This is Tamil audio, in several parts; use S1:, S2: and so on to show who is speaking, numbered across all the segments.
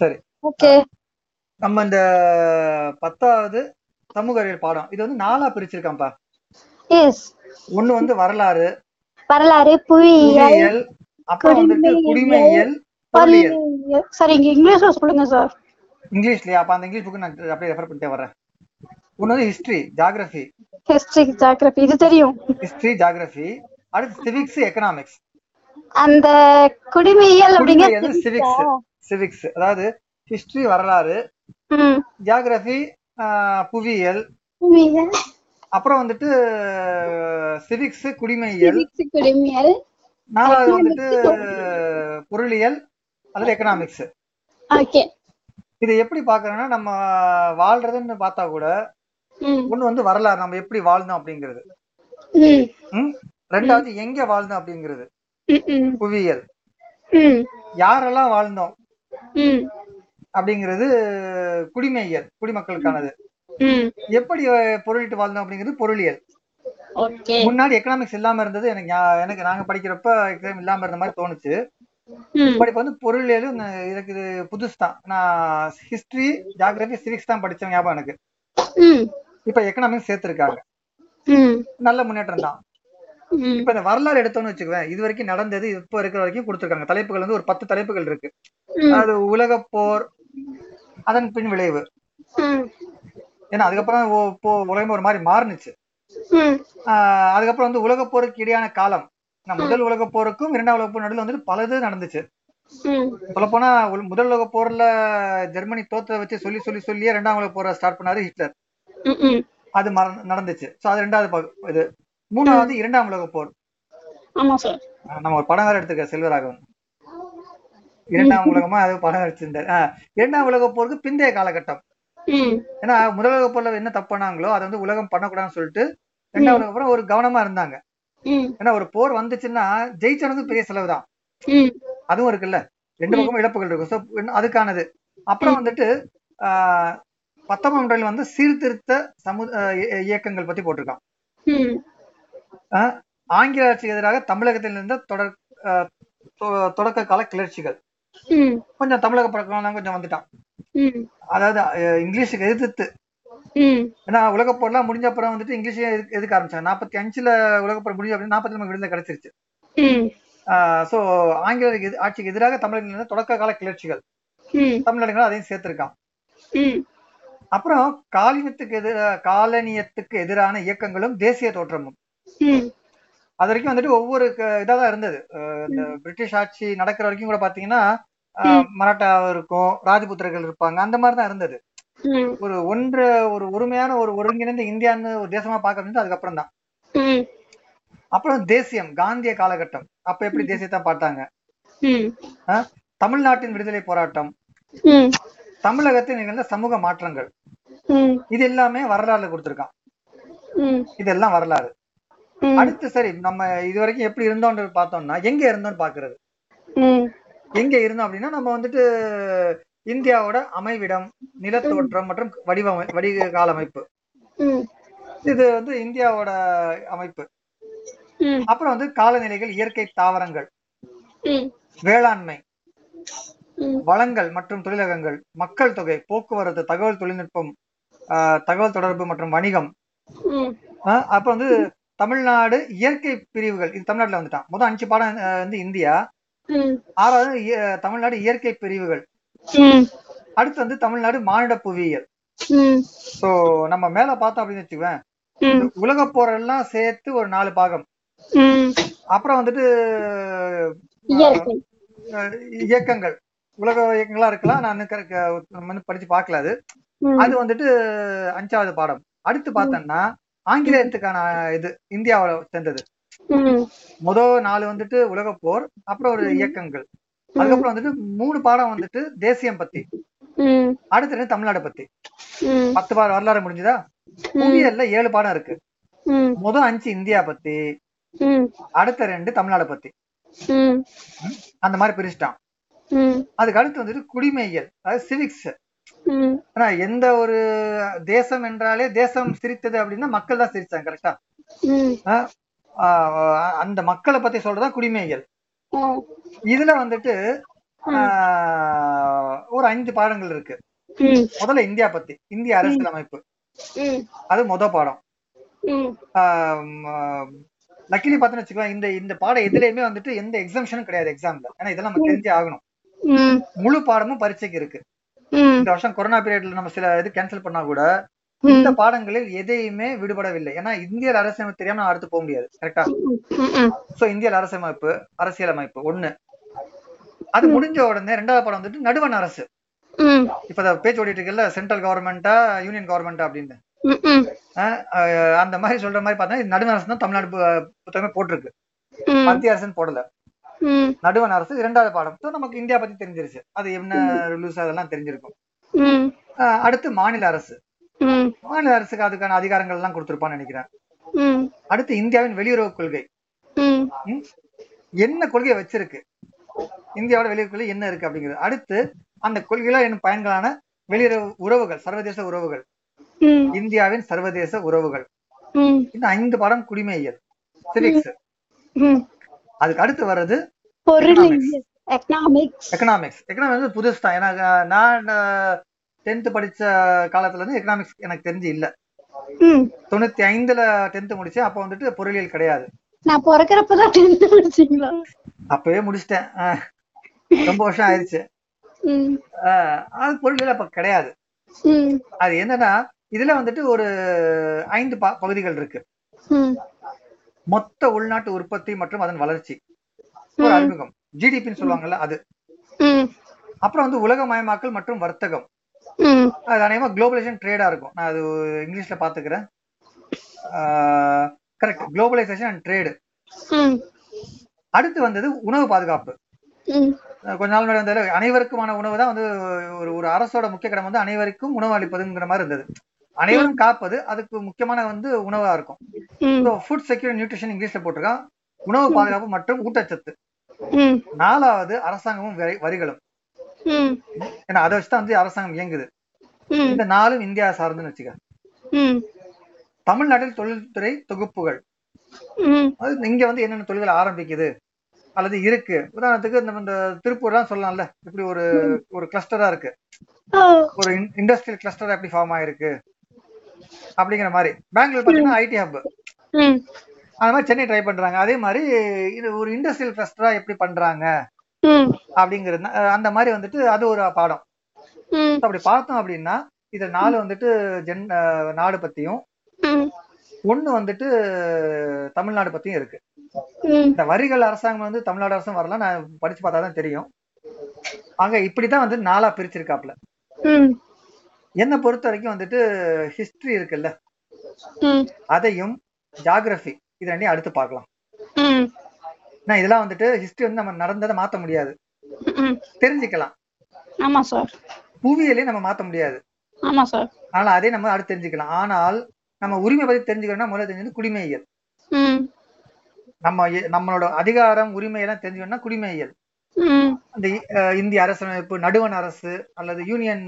S1: சரி
S2: ஓகே
S1: நம்ம இந்த பத்தாவது சமூக அறிவியல் பாடம் இது வந்து நாலா பிரிச்சிருக்காம்பா
S2: எஸ்
S1: ஒண்ணு வந்து வரலாறு
S2: வரலாறு புவியியல்
S1: புவியியல் அப்புறம் வந்துட்டு குடிமையியல் பொருளியல்
S2: பொருளியல் சார் இங்க இங்கிலீஷ்ல சொல்லுங்க சார்
S1: இங்கிலீஷ்லயா அப்ப அந்த இங்கிலீஷ் புக்கு நான் அப்படியே ரெஃபர் பண்ணிட்டே வரேன் ஒண்ணு வந்து ஹிஸ்டரி ஜாகிரபி
S2: ஹிஸ்டரி ஜாகிரபி இது தெரியும்
S1: ஹிஸ்டரி ஜாகிரபி அடுத்து சிவிக்ஸ் எக்கனாமிக்ஸ்
S2: அந்த குடிமையியல்
S1: குடிமையியல் சிவிக்ஸ்
S2: அப்படிங்கிற
S1: சிவிக்ஸ் அதாவது ஹிஸ்டரி வரலாறு
S2: ம்
S1: ஜியாகிரபி புவியியல்
S2: புவியியல்
S1: அப்புறம் வந்துட்டு சிவிக்ஸ் குடிமையியல்
S2: civics, குடிமையியல்
S1: நாலாவது வந்துட்டு
S2: Economics,
S1: பொருளியல் அதுல எக்கனாமிக்ஸ்
S2: ஓகே
S1: இது எப்படி பாக்குறோம்னா நம்ம வாழ்றதுன்னு பார்த்தா கூட
S2: ம்
S1: ஒண்ணு வந்து வரலாறு நம்ம எப்படி வாழ்ந்தோம் அப்படிங்கிறது
S2: ம்
S1: ம்? ரெண்டாவது எங்க வாழ்ந்தோம் அப்படிங்கிறது
S2: ம், ம்
S1: புவியியல்
S2: ம்
S1: யாரெல்லாம் வாழ்ந்தோம்
S2: ம்
S1: அப்படிங்கிறது குடிமையியல் குடிமக்களுக்கானது
S2: ம்
S1: எப்படி பொருளிட்டு வாழ்ந்தோம் அப்படிங்கிறது பொருளியல்
S2: ஓகே
S1: முன்னாடி எக்கனாமிக்ஸ் இல்லாம இருந்தது எனக்கு ஞா- எனக்கு நாங்க படிக்கிறப்ப எக்ஸாம் இல்லாம இருந்த மாதிரி தோணுச்சு
S2: ம்
S1: பட் இப்ப வந்து பொருளியலும் ந- எனக்கு இது புதுசு தான் நான் ஹிஸ்டரி ஜாகிரபி சிவிக்ஸ் தான் படிச்சேன் ஞாபகம் எனக்கு
S2: ம்
S1: இப்ப எக்கனாமிக்ஸ் சேர்த்திருக்காங்க
S2: ம்
S1: நல்ல முன்னேற்றம் தான்
S2: ம்
S1: இப்ப இந்த வரலாறு எடுத்தோம்னு வச்சுக்குவேன் இது வரைக்கும் நடந்தது இப்ப இருக்கிற வரைக்கும் கொடுத்திருக்காங்க தலைப்புகள் வந்து ஒரு பத்து தலைப்புகள் இருக்கு
S2: ம்
S1: அது உலக போர் அதன் பின் விளைவு
S2: ம்
S1: ஏன்னா அதுக்கப்புறம் ஓ- போ- உலகம் ஒரு மாதிரி மாறுனுச்சு
S2: ம்
S1: ஆஹ் அதுக்கப்புறம் வந்து உலக போருக்கு இடையான காலம் ஏன்னா, முதல் உலக போருக்கும் இரண்டாம் உலக போர் நடுவில் வந்துட்டு பல இது நடந்துச்சு
S2: ம்
S1: சொல்லப்போனா உல்- முதல் உலக போர்ல ஜெர்மனி தோத்த வச்சு சொல்லி சொல்லி சொல்லியே இரண்டாம் உலக போரை ஸ்டார்ட் பண்ணாரு ஹிட்லர்
S2: ம் ம்
S1: அது மற- நடந்துச்சு சோ அது ரெண்டாவது பகு- இது மூணாவது இரண்டாம் உலக போர்
S2: ஆமா சார்
S1: அஹ் நம்ம ஒரு படம் வேற எடுத்துக்க செல்வராகவன் இரண்டாம் உலகமா அது படம் எடுத்திருந்தாரு அஹ் இரண்டாம் உலக போருக்கு பிந்தைய காலகட்டம்
S2: ம்
S1: ஏன்னா முதல் உலக போர்ல என்ன தப்பு பண்ணாங்களோ அதை வந்து உலகம் பண்ணக்கூடாதுன்னு சொல்லிட்டு இரண்டாம் உலக போர் ஒரு கவனமா இருந்தாங்க
S2: ம்
S1: ஏன்னா ஒரு போர் வந்துச்சுன்னா ஜெயிச்சனதும் பெரிய செலவு தான்
S2: ம்
S1: அதுவும் இருக்குல்ல ரெண்டு பக்கமும் இழப்புகள் இருக்கும் ஸோ அதுக்கானது அப்புறம் வந்துட்டு ஆஹ், பத்தொன்பதாம் நூற்றாண்டில் வந்து சீர்திருத்த சமு ஆஹ் இய- இயக்கங்கள் பத்தி போட்டிருக்கான்
S2: ம்
S1: ஆஹ், ஆங்கில ஆட்சிக்கு எதிராக தமிழகத்தில் இருந்த தொடர் ஆஹ், தொ- தொடக்க கால கிளர்ச்சிகள்
S2: ம்
S1: கொஞ்சம் தமிழக பழக்கம் கொஞ்சம் வந்துட்டான்
S2: ம்
S1: அதாவது ஆஹ், இங்கிலீஷுக்கு எதிர்த்து
S2: ம்
S1: ஏன்னா உலகப் போர்லாம் முடிஞ்ச அப்புறம் வந்துட்டு இங்கிலீஷே எதுக்கு- எதுக்க ஆரம்பிச்சாங்க நாற்பத்தி அஞ்சுல உலகப்போர் முடிஞ்சு அப்படின்னு நாற்பத்தி நமக்கு விடுதலை கிடைச்சிருச்சு
S2: ம்
S1: ஸோ ஆங்கில எதி- ஆட்சிக்கு எதிராக தமிழகத்தில் இருந்த தொடக்க கால கிளர்ச்சிகள்
S2: ம்
S1: தமிழர்கள் அதையும் சேர்த்திருக்கான்
S2: ம்
S1: அப்புறம் காலனியத்துக்கு எதிர காலனியத்துக்கு எதிரான இயக்கங்களும் தேசிய தோற்றமும்
S2: ம்
S1: அது வரைக்கும் வந்துட்டு ஒவ்வொரு இதாக தான் இருந்தது அஹ் இந்த பிரிட்டிஷ் ஆட்சி நடக்கிற வரைக்கும் கூட பாத்தீங்கன்னா அஹ், மராட்டா இருக்கும் ராஜபுத்திரர்கள் இருப்பாங்க அந்த மாதிரி தான் இருந்தது
S2: ம்
S1: ஒரு ஒன்று ஒரு ஒருமையான ஒரு ஒருங்கிணைந்த இந்தியான்னு ஒரு தேசமா பார்க்க முடிஞ்சது அதுக்கப்புறம் தான்
S2: ம்
S1: அப்புறம் தேசியம் காந்திய காலகட்டம் அப்ப எப்படி தேசியத்தை பார்த்தாங்க
S2: ம்
S1: அஹ், தமிழ்நாட்டின் விடுதலை போராட்டம்
S2: ம்
S1: தமிழகத்தில் நிகழ்ந்த சமூக மாற்றங்கள்
S2: ம்
S1: இது எல்லாமே வரலாறுல கொடுத்திருக்கான்
S2: ம்
S1: இதெல்லாம் வரலாறு
S2: ம்
S1: அடுத்து சரி நம்ம இது வரைக்கும் எப்படி இருந்தோம்னு பார்த்தோம்னா எங்க இருந்தோம்னு பாக்குறது
S2: ம்
S1: எங்க இருந்தோம் அப்படின்னா நம்ம வந்துட்டு இந்தியாவோட அமைவிடம் நிலத்தோற்றம் மற்றும் வடிவமை வடிகால் அமைப்பு
S2: ம்
S1: இது வந்து இந்தியாவோட அமைப்பு
S2: ம்
S1: அப்புறம் வந்து காலநிலைகள் இயற்கை தாவரங்கள்
S2: ம்
S1: வேளாண்மை
S2: ம்.
S1: வளங்கள் மற்றும் தொழிலகங்கள் மக்கள் தொகை போக்குவரத்து தகவல் தொழில்நுட்பம் ஆஹ், தகவல் தொடர்பு மற்றும் வணிகம்
S2: ம்
S1: ஆஹ், அப்புறம் வந்து தமிழ்நாடு இயற்கை பிரிவுகள் இது தமிழ்நாட்டுல வந்துட்டான் முதல் அஞ்சு பாடம் ஆஹ், வந்து இந்தியா
S2: ம்
S1: ஆறாவது இய- தமிழ்நாடு இயற்கை பிரிவுகள்
S2: ம்
S1: அடுத்து வந்து தமிழ்நாடு மானிட புவியியல்
S2: ம்
S1: சோ நம்ம மேல பார்த்தோம் அப்படின்னு வச்சுக்குவேன்
S2: ம்
S1: உலக போரெல்லாம் சேர்த்து ஒரு நாலு பாகம்
S2: ம்
S1: அப்புறம் வந்துட்டு
S2: இயற்கை
S1: அஹ், இயக்கங்கள் உலக இயக்கங்களா இருக்கலாம் நான் இன்னும் correct- அஹ், நம்ம இன்னும் படிச்சு பார்க்கல அது
S2: ம்
S1: அது வந்துட்டு அஞ்சாவது பாடம் அடுத்து பார்த்தோம்னா ஆங்கிலேயத்துக்கான இது இந்தியாவை சேர்ந்தது
S2: ம்
S1: முதல் நாலு வந்துட்டு உலக போர் அப்புறம் ஒரு இயக்கங்கள் அதுக்கப்புறம் வந்துட்டு மூணு பாடம் வந்துட்டு தேசியம் பத்தி
S2: ம்
S1: அடுத்து ரெண்டு தமிழ்நாடு பத்தி
S2: ம்
S1: பத்து பாடம் வரலாறு முடிஞ்சுதா புவியல்ல ஏழு பாடம் இருக்கு
S2: ம்
S1: முதல் அஞ்சு இந்தியா பத்தி
S2: ம்
S1: அடுத்த ரெண்டு தமிழ்நாடு பத்தி
S2: ம்
S1: அந்த மாதிரி பிரிச்சுட்டான்
S2: ம்
S1: அதுக்கு அடுத்து வந்துட்டு குடிமையியல் அதாவது சிவிக்ஸ்
S2: ம்
S1: ஆனா எந்த ஒரு தேசம் என்றாலே தேசம் சிரித்தது அப்படின்னா மக்கள் தான் சிரிச்சாங்க கரெக்டா
S2: ம்
S1: அந்த மக்களை பத்தி சொல்றதா குடிமையியல்
S2: ஆ
S1: இதுல வந்துட்டு ஆஹ், ஒரு ஐந்து பாடங்கள் இருக்கு
S2: ம்,
S1: முதல்ல இந்தியா பத்தி இந்திய அரசியலமைப்பு
S2: ம்,
S1: அது முத பாடம்
S2: ம்,
S1: லக்கிலி பார்த்தோன்னு வச்சுக்கோங்க இந்த இந்த பாடம் எதுலயுமே வந்துட்டு எந்த எக்ஸாம்ஷனும் கிடையாது எக்ஸாம்ல ஏன்னா இதெல்லாம் நம்ம தெரிஞ்சே ஆகணும்
S2: ம்,
S1: முழு பாடமும் பரீட்சைக்கு இருக்கு
S2: ம்,
S1: இந்த வருஷம் கொரோனா பீரியட்ல நம்ம சில இது கேன்சல் பண்ணா கூட
S2: ம்,
S1: இந்த பாடங்களில் எதையுமே விடுபடவில்லை ஏன்னா இந்திய அரசியலமைப்பு தெரியாம நான் அடுத்து போக முடியாது கரெக்டா
S2: ம், ம்,
S1: சோ இந்திய அரசியலமைப்பு அரசியலமைப்பு ஒண்ணு அது முடிஞ்ச உடனே ரெண்டாவது பாடம் வந்துட்டு நடுவண் அரசு
S2: ம்,
S1: இப்ப அத பேச்சு ஓடிட்டு இருக்குல்ல சென்ட்ரல் கவர்மெண்டா யூனியன் கவர்மெண்டா அப்படின்னு
S2: ம், ம்,
S1: அஹ் அஹ் அந்த மாதிரி சொல்ற மாதிரி பார்த்தா இது நடுவண் அரசு தான் தமிழ்நாடு பு- புத்தகமே போட்டிருக்கு
S2: ம்,
S1: மத்திய அரசுன்னு போடல
S2: ம்,
S1: நடுவண் அரசு இரண்டாவது பாடம் So, நமக்கு இந்தியா பத்தி தெரிஞ்சிருச்சு அது என்ன ரூல்ஸ் அதெல்லாம் தெரிஞ்சிருக்கும்
S2: ம்,
S1: அஹ் அடுத்து மாநில அரசு
S2: ம்,
S1: மாநில அரசுக்கு அதுக்கான அதிகாரங்கள் எல்லாம் கொடுத்திருப்பான்னு நினைக்கிறேன்
S2: ம்,
S1: அடுத்து இந்தியாவின் வெளியுறவு கொள்கை
S2: ம்,
S1: ம்? என்ன கொள்கை வச்சிருக்கு இந்தியாவோட வெளியுறவு கொள்கை என்ன இருக்கு அப்படிங்கிறது அடுத்து அந்த கொள்கையில என்ன பயன்களான வெளியுறவு உறவுகள் சர்வதேச உறவுகள்
S2: ம்,
S1: இந்தியாவின் சர்வதேச உறவுகள்
S2: ம்,
S1: இன்னும் ஐந்து பாடம் குடிமையியல் சிவிக்ஸ்
S2: ம்.
S1: அதுக்கு அடுத்து வர்றது
S2: பொருள் எக்கனாமிக்ஸ்
S1: எக்கனாமிக்ஸ் எக்கனாமிக்ஸ் வந்து புதுசு தான் ஏன்னா அஹ், நான் டென்த் படிச்ச காலத்துல இருந்து எக்கனாமிக்ஸ் எனக்கு தெரிஞ்சு இல்ல
S2: ம்
S1: தொண்ணூத்தி ஐந்துல டென்த் முடிச்சேன் அப்போ வந்துட்டு பொருளியல் கிடையாது
S2: நான் பிறக்கிறப்பதான் டென்த் படிச்சீங்களா
S1: அப்பவே முடிச்சிட்டேன் அஹ், ரொம்ப வருஷம் ஆயிடுச்சு
S2: ம்
S1: அஹ், அது பொருளியல் அப்ப கிடையாது
S2: ம்
S1: அது என்னன்னா இதுல வந்துட்டு ஒரு ஐந்து ப- பகுதிகள் இருக்கு
S2: ம்
S1: மொத்த உள்நாட்டு உற்பத்தி மற்றும் அதன் வளர்ச்சி ஒரு
S2: ம்
S1: அறிமுகம் ஜிடிபின்னு சொல்லுவாங்கல்ல அது
S2: ம்
S1: அப்புறம் வந்து உலகமயமாக்கல் மற்றும் வர்த்தகம்
S2: ம்
S1: அது அநேகமா குளோபலைசேஷன் ட்ரேடா இருக்கும் நான் அது இங்கிலீஷ்ல பாத்துக்கிறேன் கரெக்ட் குளோபலைசேஷன் அண்ட் ட்ரேடு
S2: ம்
S1: அடுத்து வந்தது உணவு பாதுகாப்பு
S2: ம்
S1: அஹ் கொஞ்ச நாள் முன்னாடி வந்தால அனைவருக்குமான உணவு தான் வந்து ஒரு ஒரு அரசோட முக்கிய கடமை வந்து அனைவருக்கும் உணவு அளிப்பதுங்கிற மாதிரி இருந்தது அனைவரும் காப்பது அதுக்கு முக்கியமான வந்து உணவா இருக்கும்
S2: ம்
S1: ஃபுட் செக்யூர் நியூட்ரிஷன் இங்கிலீஷ்ல போட்டிருக்கான் உணவு பாதுகாப்பு மற்றும் ஊட்டச்சத்து
S2: ம்
S1: நாலாவது அரசாங்கமும் வரி- வரிகளும்
S2: ம்
S1: ஏன்னா அதை வச்சுதான் வந்து அரசாங்கம் இயங்குது
S2: ம்
S1: இந்த நாலும் இந்தியா சார்ந்துன்னு வச்சுக்க
S2: ம்
S1: தமிழ்நாட்டில் தொழில்துறை தொகுப்புகள்
S2: ம்
S1: அது இங்க வந்து என்னென்ன தொழில்கள் ஆரம்பிக்குது அல்லது இருக்கு உதாரணத்துக்கு நம்ம இந்த திருப்பூர்லாம் சொல்லலாம்ல இப்படி ஒரு ஒரு கிளஸ்டரா இருக்கு
S2: ஓ
S1: ஒரு இண்டஸ்ட்ரியல் கிளஸ்டரா எப்படி ஃபார்ம் ஆயிருக்கு அப்படிங்கிற மாதிரி பெங்களூர் பாத்தீங்கன்னா ஐடி ஹப்
S2: ம்
S1: அந்த மாதிரி சென்னை ட்ரை பண்றாங்க அதே மாதிரி இது ஒரு இண்டஸ்ட்ரியல் கிளஸ்டரா எப்படி பண்றாங்க
S2: ம்
S1: அப்படிங்கிறது அஹ் அந்த மாதிரி வந்துட்டு அது ஒரு பாடம்
S2: ம்
S1: So அப்படி பார்த்தோம் அப்படின்னா இது நாலு வந்துட்டு ஜென் அஹ் நாடு பத்தியும்
S2: ம்
S1: ஒண்ணு வந்துட்டு தமிழ்நாடு பத்தியும் இருக்கு
S2: ம்
S1: இந்த வரிகள் அரசாங்கம் வந்து தமிழ்நாடு அரசும் வரலாம் நான் படிச்சு பார்த்தா தான் தெரியும் ஆக இப்படிதான் வந்து நாலா பிரிச்சிருக்காப்ல
S2: ம்
S1: என்னை பொறுத்த வரைக்கும் வந்துட்டு ஹிஸ்டரி இருக்குல்ல
S2: ம்
S1: அதையும் ஜாகிரபி இது ரெண்டையும் அடுத்து பார்க்கலாம்
S2: ம்
S1: ஏன்னா இதெல்லாம் வந்துட்டு ஹிஸ்டரி வந்து நம்ம நடந்ததை மாத்த முடியாது
S2: ம்
S1: தெரிஞ்சுக்கலாம்
S2: ஆமா சார்
S1: புவியிலே நம்ம மாத்த முடியாது
S2: ஆமா சார்
S1: ஆனால் அதே நம்ம அடுத்து தெரிஞ்சுக்கலாம் ஆனால் நம்ம உரிமை பத்தி தெரிஞ்சுக்கணும்னா முதல்ல தெரிஞ்சது குடிமையியல்
S2: ம்
S1: நம்ம எ- நம்மளோட அதிகாரம் உரிமை எல்லாம் தெரிஞ்சுக்கணும்னா குடிமையியல்
S2: ம்
S1: அந்த இ- அஹ் இந்திய அரசமைப்பு நடுவண் அரசு அல்லது யூனியன்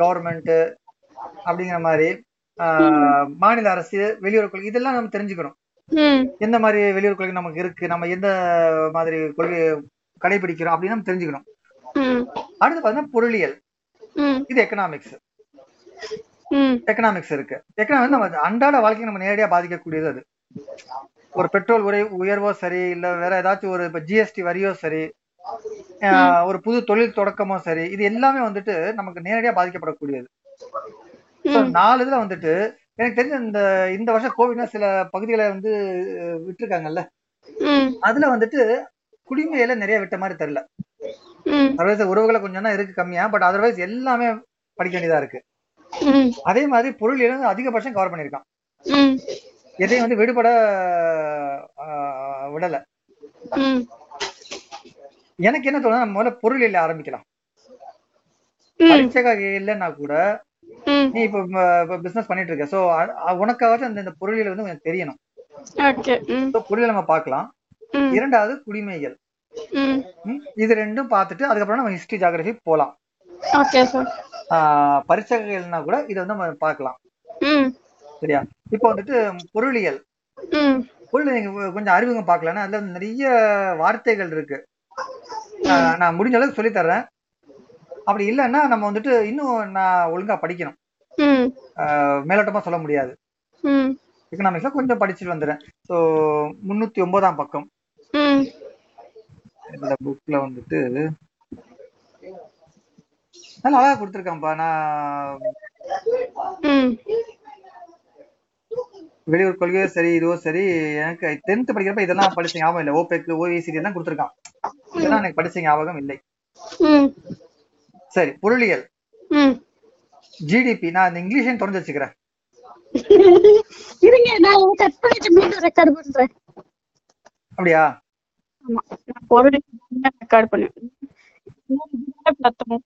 S1: கவர்மெண்ட் அப்படிங்கிற மாதிரி அஹ், மாநில அரசு வெளியுறவு கொள்கை இதெல்லாம் நம்ம தெரிஞ்சுக்கணும்
S2: ம்
S1: எந்த மாதிரி வெளியுறவு கொள்கை நமக்கு இருக்கு நம்ம எந்த மாதிரி கொள்கை கடைபிடிக்கிறோம் அப்படின்னு நம்ம தெரிஞ்சுக்கணும்
S2: ம்
S1: அடுத்து பார்த்தீங்கன்னா பொருளியல்
S2: ம்
S1: இது எக்கனாமிக்ஸ்
S2: ம்
S1: எக்கனாமிக்ஸ் இருக்கு எக்கனாமிக்ஸ் நம்ம அன்றாட வாழ்க்கையை நம்ம நேரடியாக பாதிக்கக்கூடியது அது ஒரு பெட்ரோல் உரை உயர்வோ சரி இல்ல வேற ஏதாச்சும் ஒரு இப்போ ஜிஎஸ்டி வரியோ சரி ஆஹ் ஒரு புது தொழில் தொடக்கமோ சரி இது எல்லாமே வந்துட்டு நமக்கு நேரடியா பாதிக்கப்படக்கூடியது ஸோ
S2: ம்
S1: நாலு இதுல வந்துட்டு எனக்கு தெரிஞ்ச இந்த இந்த வருஷம் கோவிட்னா சில பகுதிகளை வந்து அஹ், விட்டிருக்காங்கல்ல
S2: ம்
S1: அதுல வந்துட்டு குடிமையில நிறைய விட்ட மாதிரி தெரியல
S2: ம்
S1: சர்வதேச உறவுகளை கொஞ்சம் தான் இருக்கு கம்மியா பட் அதர்வைஸ் எல்லாமே படிக்க வேண்டியதா இருக்கு
S2: ம்
S1: அதே மாதிரி பொருள் இருந்து அதிகபட்சம் கவர் பண்ணியிருக்கான்
S2: ம்
S1: எதையும் வந்து விடுபட ஆஹ், விடல
S2: ம்
S1: எனக்கு என்ன தோணுது நம்ம முதல்ல பொருள் இல்லை ஆரம்பிக்கலாம்
S2: ம்
S1: பரீட்சைக்காக இல்லைன்னா கூட
S2: ம்
S1: நீ இப்போ பிசினஸ் பண்ணிட்டு இருக்க ஸோ உனக்காவது அந்த இந்த பொருளியல் வந்து உனக்கு தெரியணும்
S2: ஓகே ம்
S1: ஸோ பொருளியல் நம்ம பார்க்கலாம்
S2: ம்
S1: இரண்டாவது குடிமைகள்
S2: ம்
S1: ம், இது ரெண்டும் பார்த்துட்டு அதுக்கப்புறம் நம்ம ஹிஸ்டரி ஜாகிரபி போகலாம்
S2: ஓகே சார்
S1: பரீட்சைகள்னா கூட இதை வந்து நம்ம பார்க்கலாம்
S2: ம்
S1: சரியா இப்போ வந்துட்டு பொருளியல்
S2: ம்
S1: பொருள் நீங்க கொஞ்சம் அறிமுகம் பார்க்கலன்னா அதுல வந்து நிறைய வார்த்தைகள் இருக்கு ஆஹ் நான் முடிஞ்ச அளவுக்கு சொல்லித் தர்றேன் அப்படி இல்லைன்னா நம்ம வந்துட்டு இன்னும் நான் ஒழுங்கா படிக்கணும்
S2: ம்
S1: அஹ் மேலோட்டமா சொல்ல முடியாது
S2: ம்
S1: எக்கனாமிக்ஸ்ல கொஞ்சம் படிச்சுட்டு வந்துடுறேன் ஸோ முன்னூத்தி ஒன்பதாம் பக்கம்
S2: ம்
S1: இந்த புக்ல வந்துட்டு நல்லா அழகா கொடுத்துருக்கேன்ப்பா நான்
S2: ம்
S1: வெளியூர் கொள்கையோ சரி இதுவோ சரி எனக்கு டென்த் படிக்கிறப்ப இதெல்லாம் படிச்ச ஞாபகம் இல்லை ஓபெக் ஓஏசிடி எல்லாம் கொடுத்துருக்கான் இதெல்லாம் எனக்கு படிச்ச ஞாபகம் இல்லை
S2: ம்
S1: சரி பொருளியல்
S2: ம்
S1: ஜிடிபி நான் இந்த இங்கிலீஷையும் தொடர்ந்து வச்சுக்கிறேன்
S2: இருங்க நான் இதை கட் பண்ணிட்டு மீண்டும் ரெக்கார்ட் பண்றேன்
S1: அப்படியா
S2: ஆமா நான் பொருள் ரெக்கார்ட் பண்ணுவேன் இன்னொரு இதுல பார்த்தோம்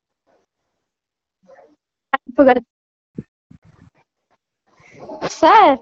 S2: சார்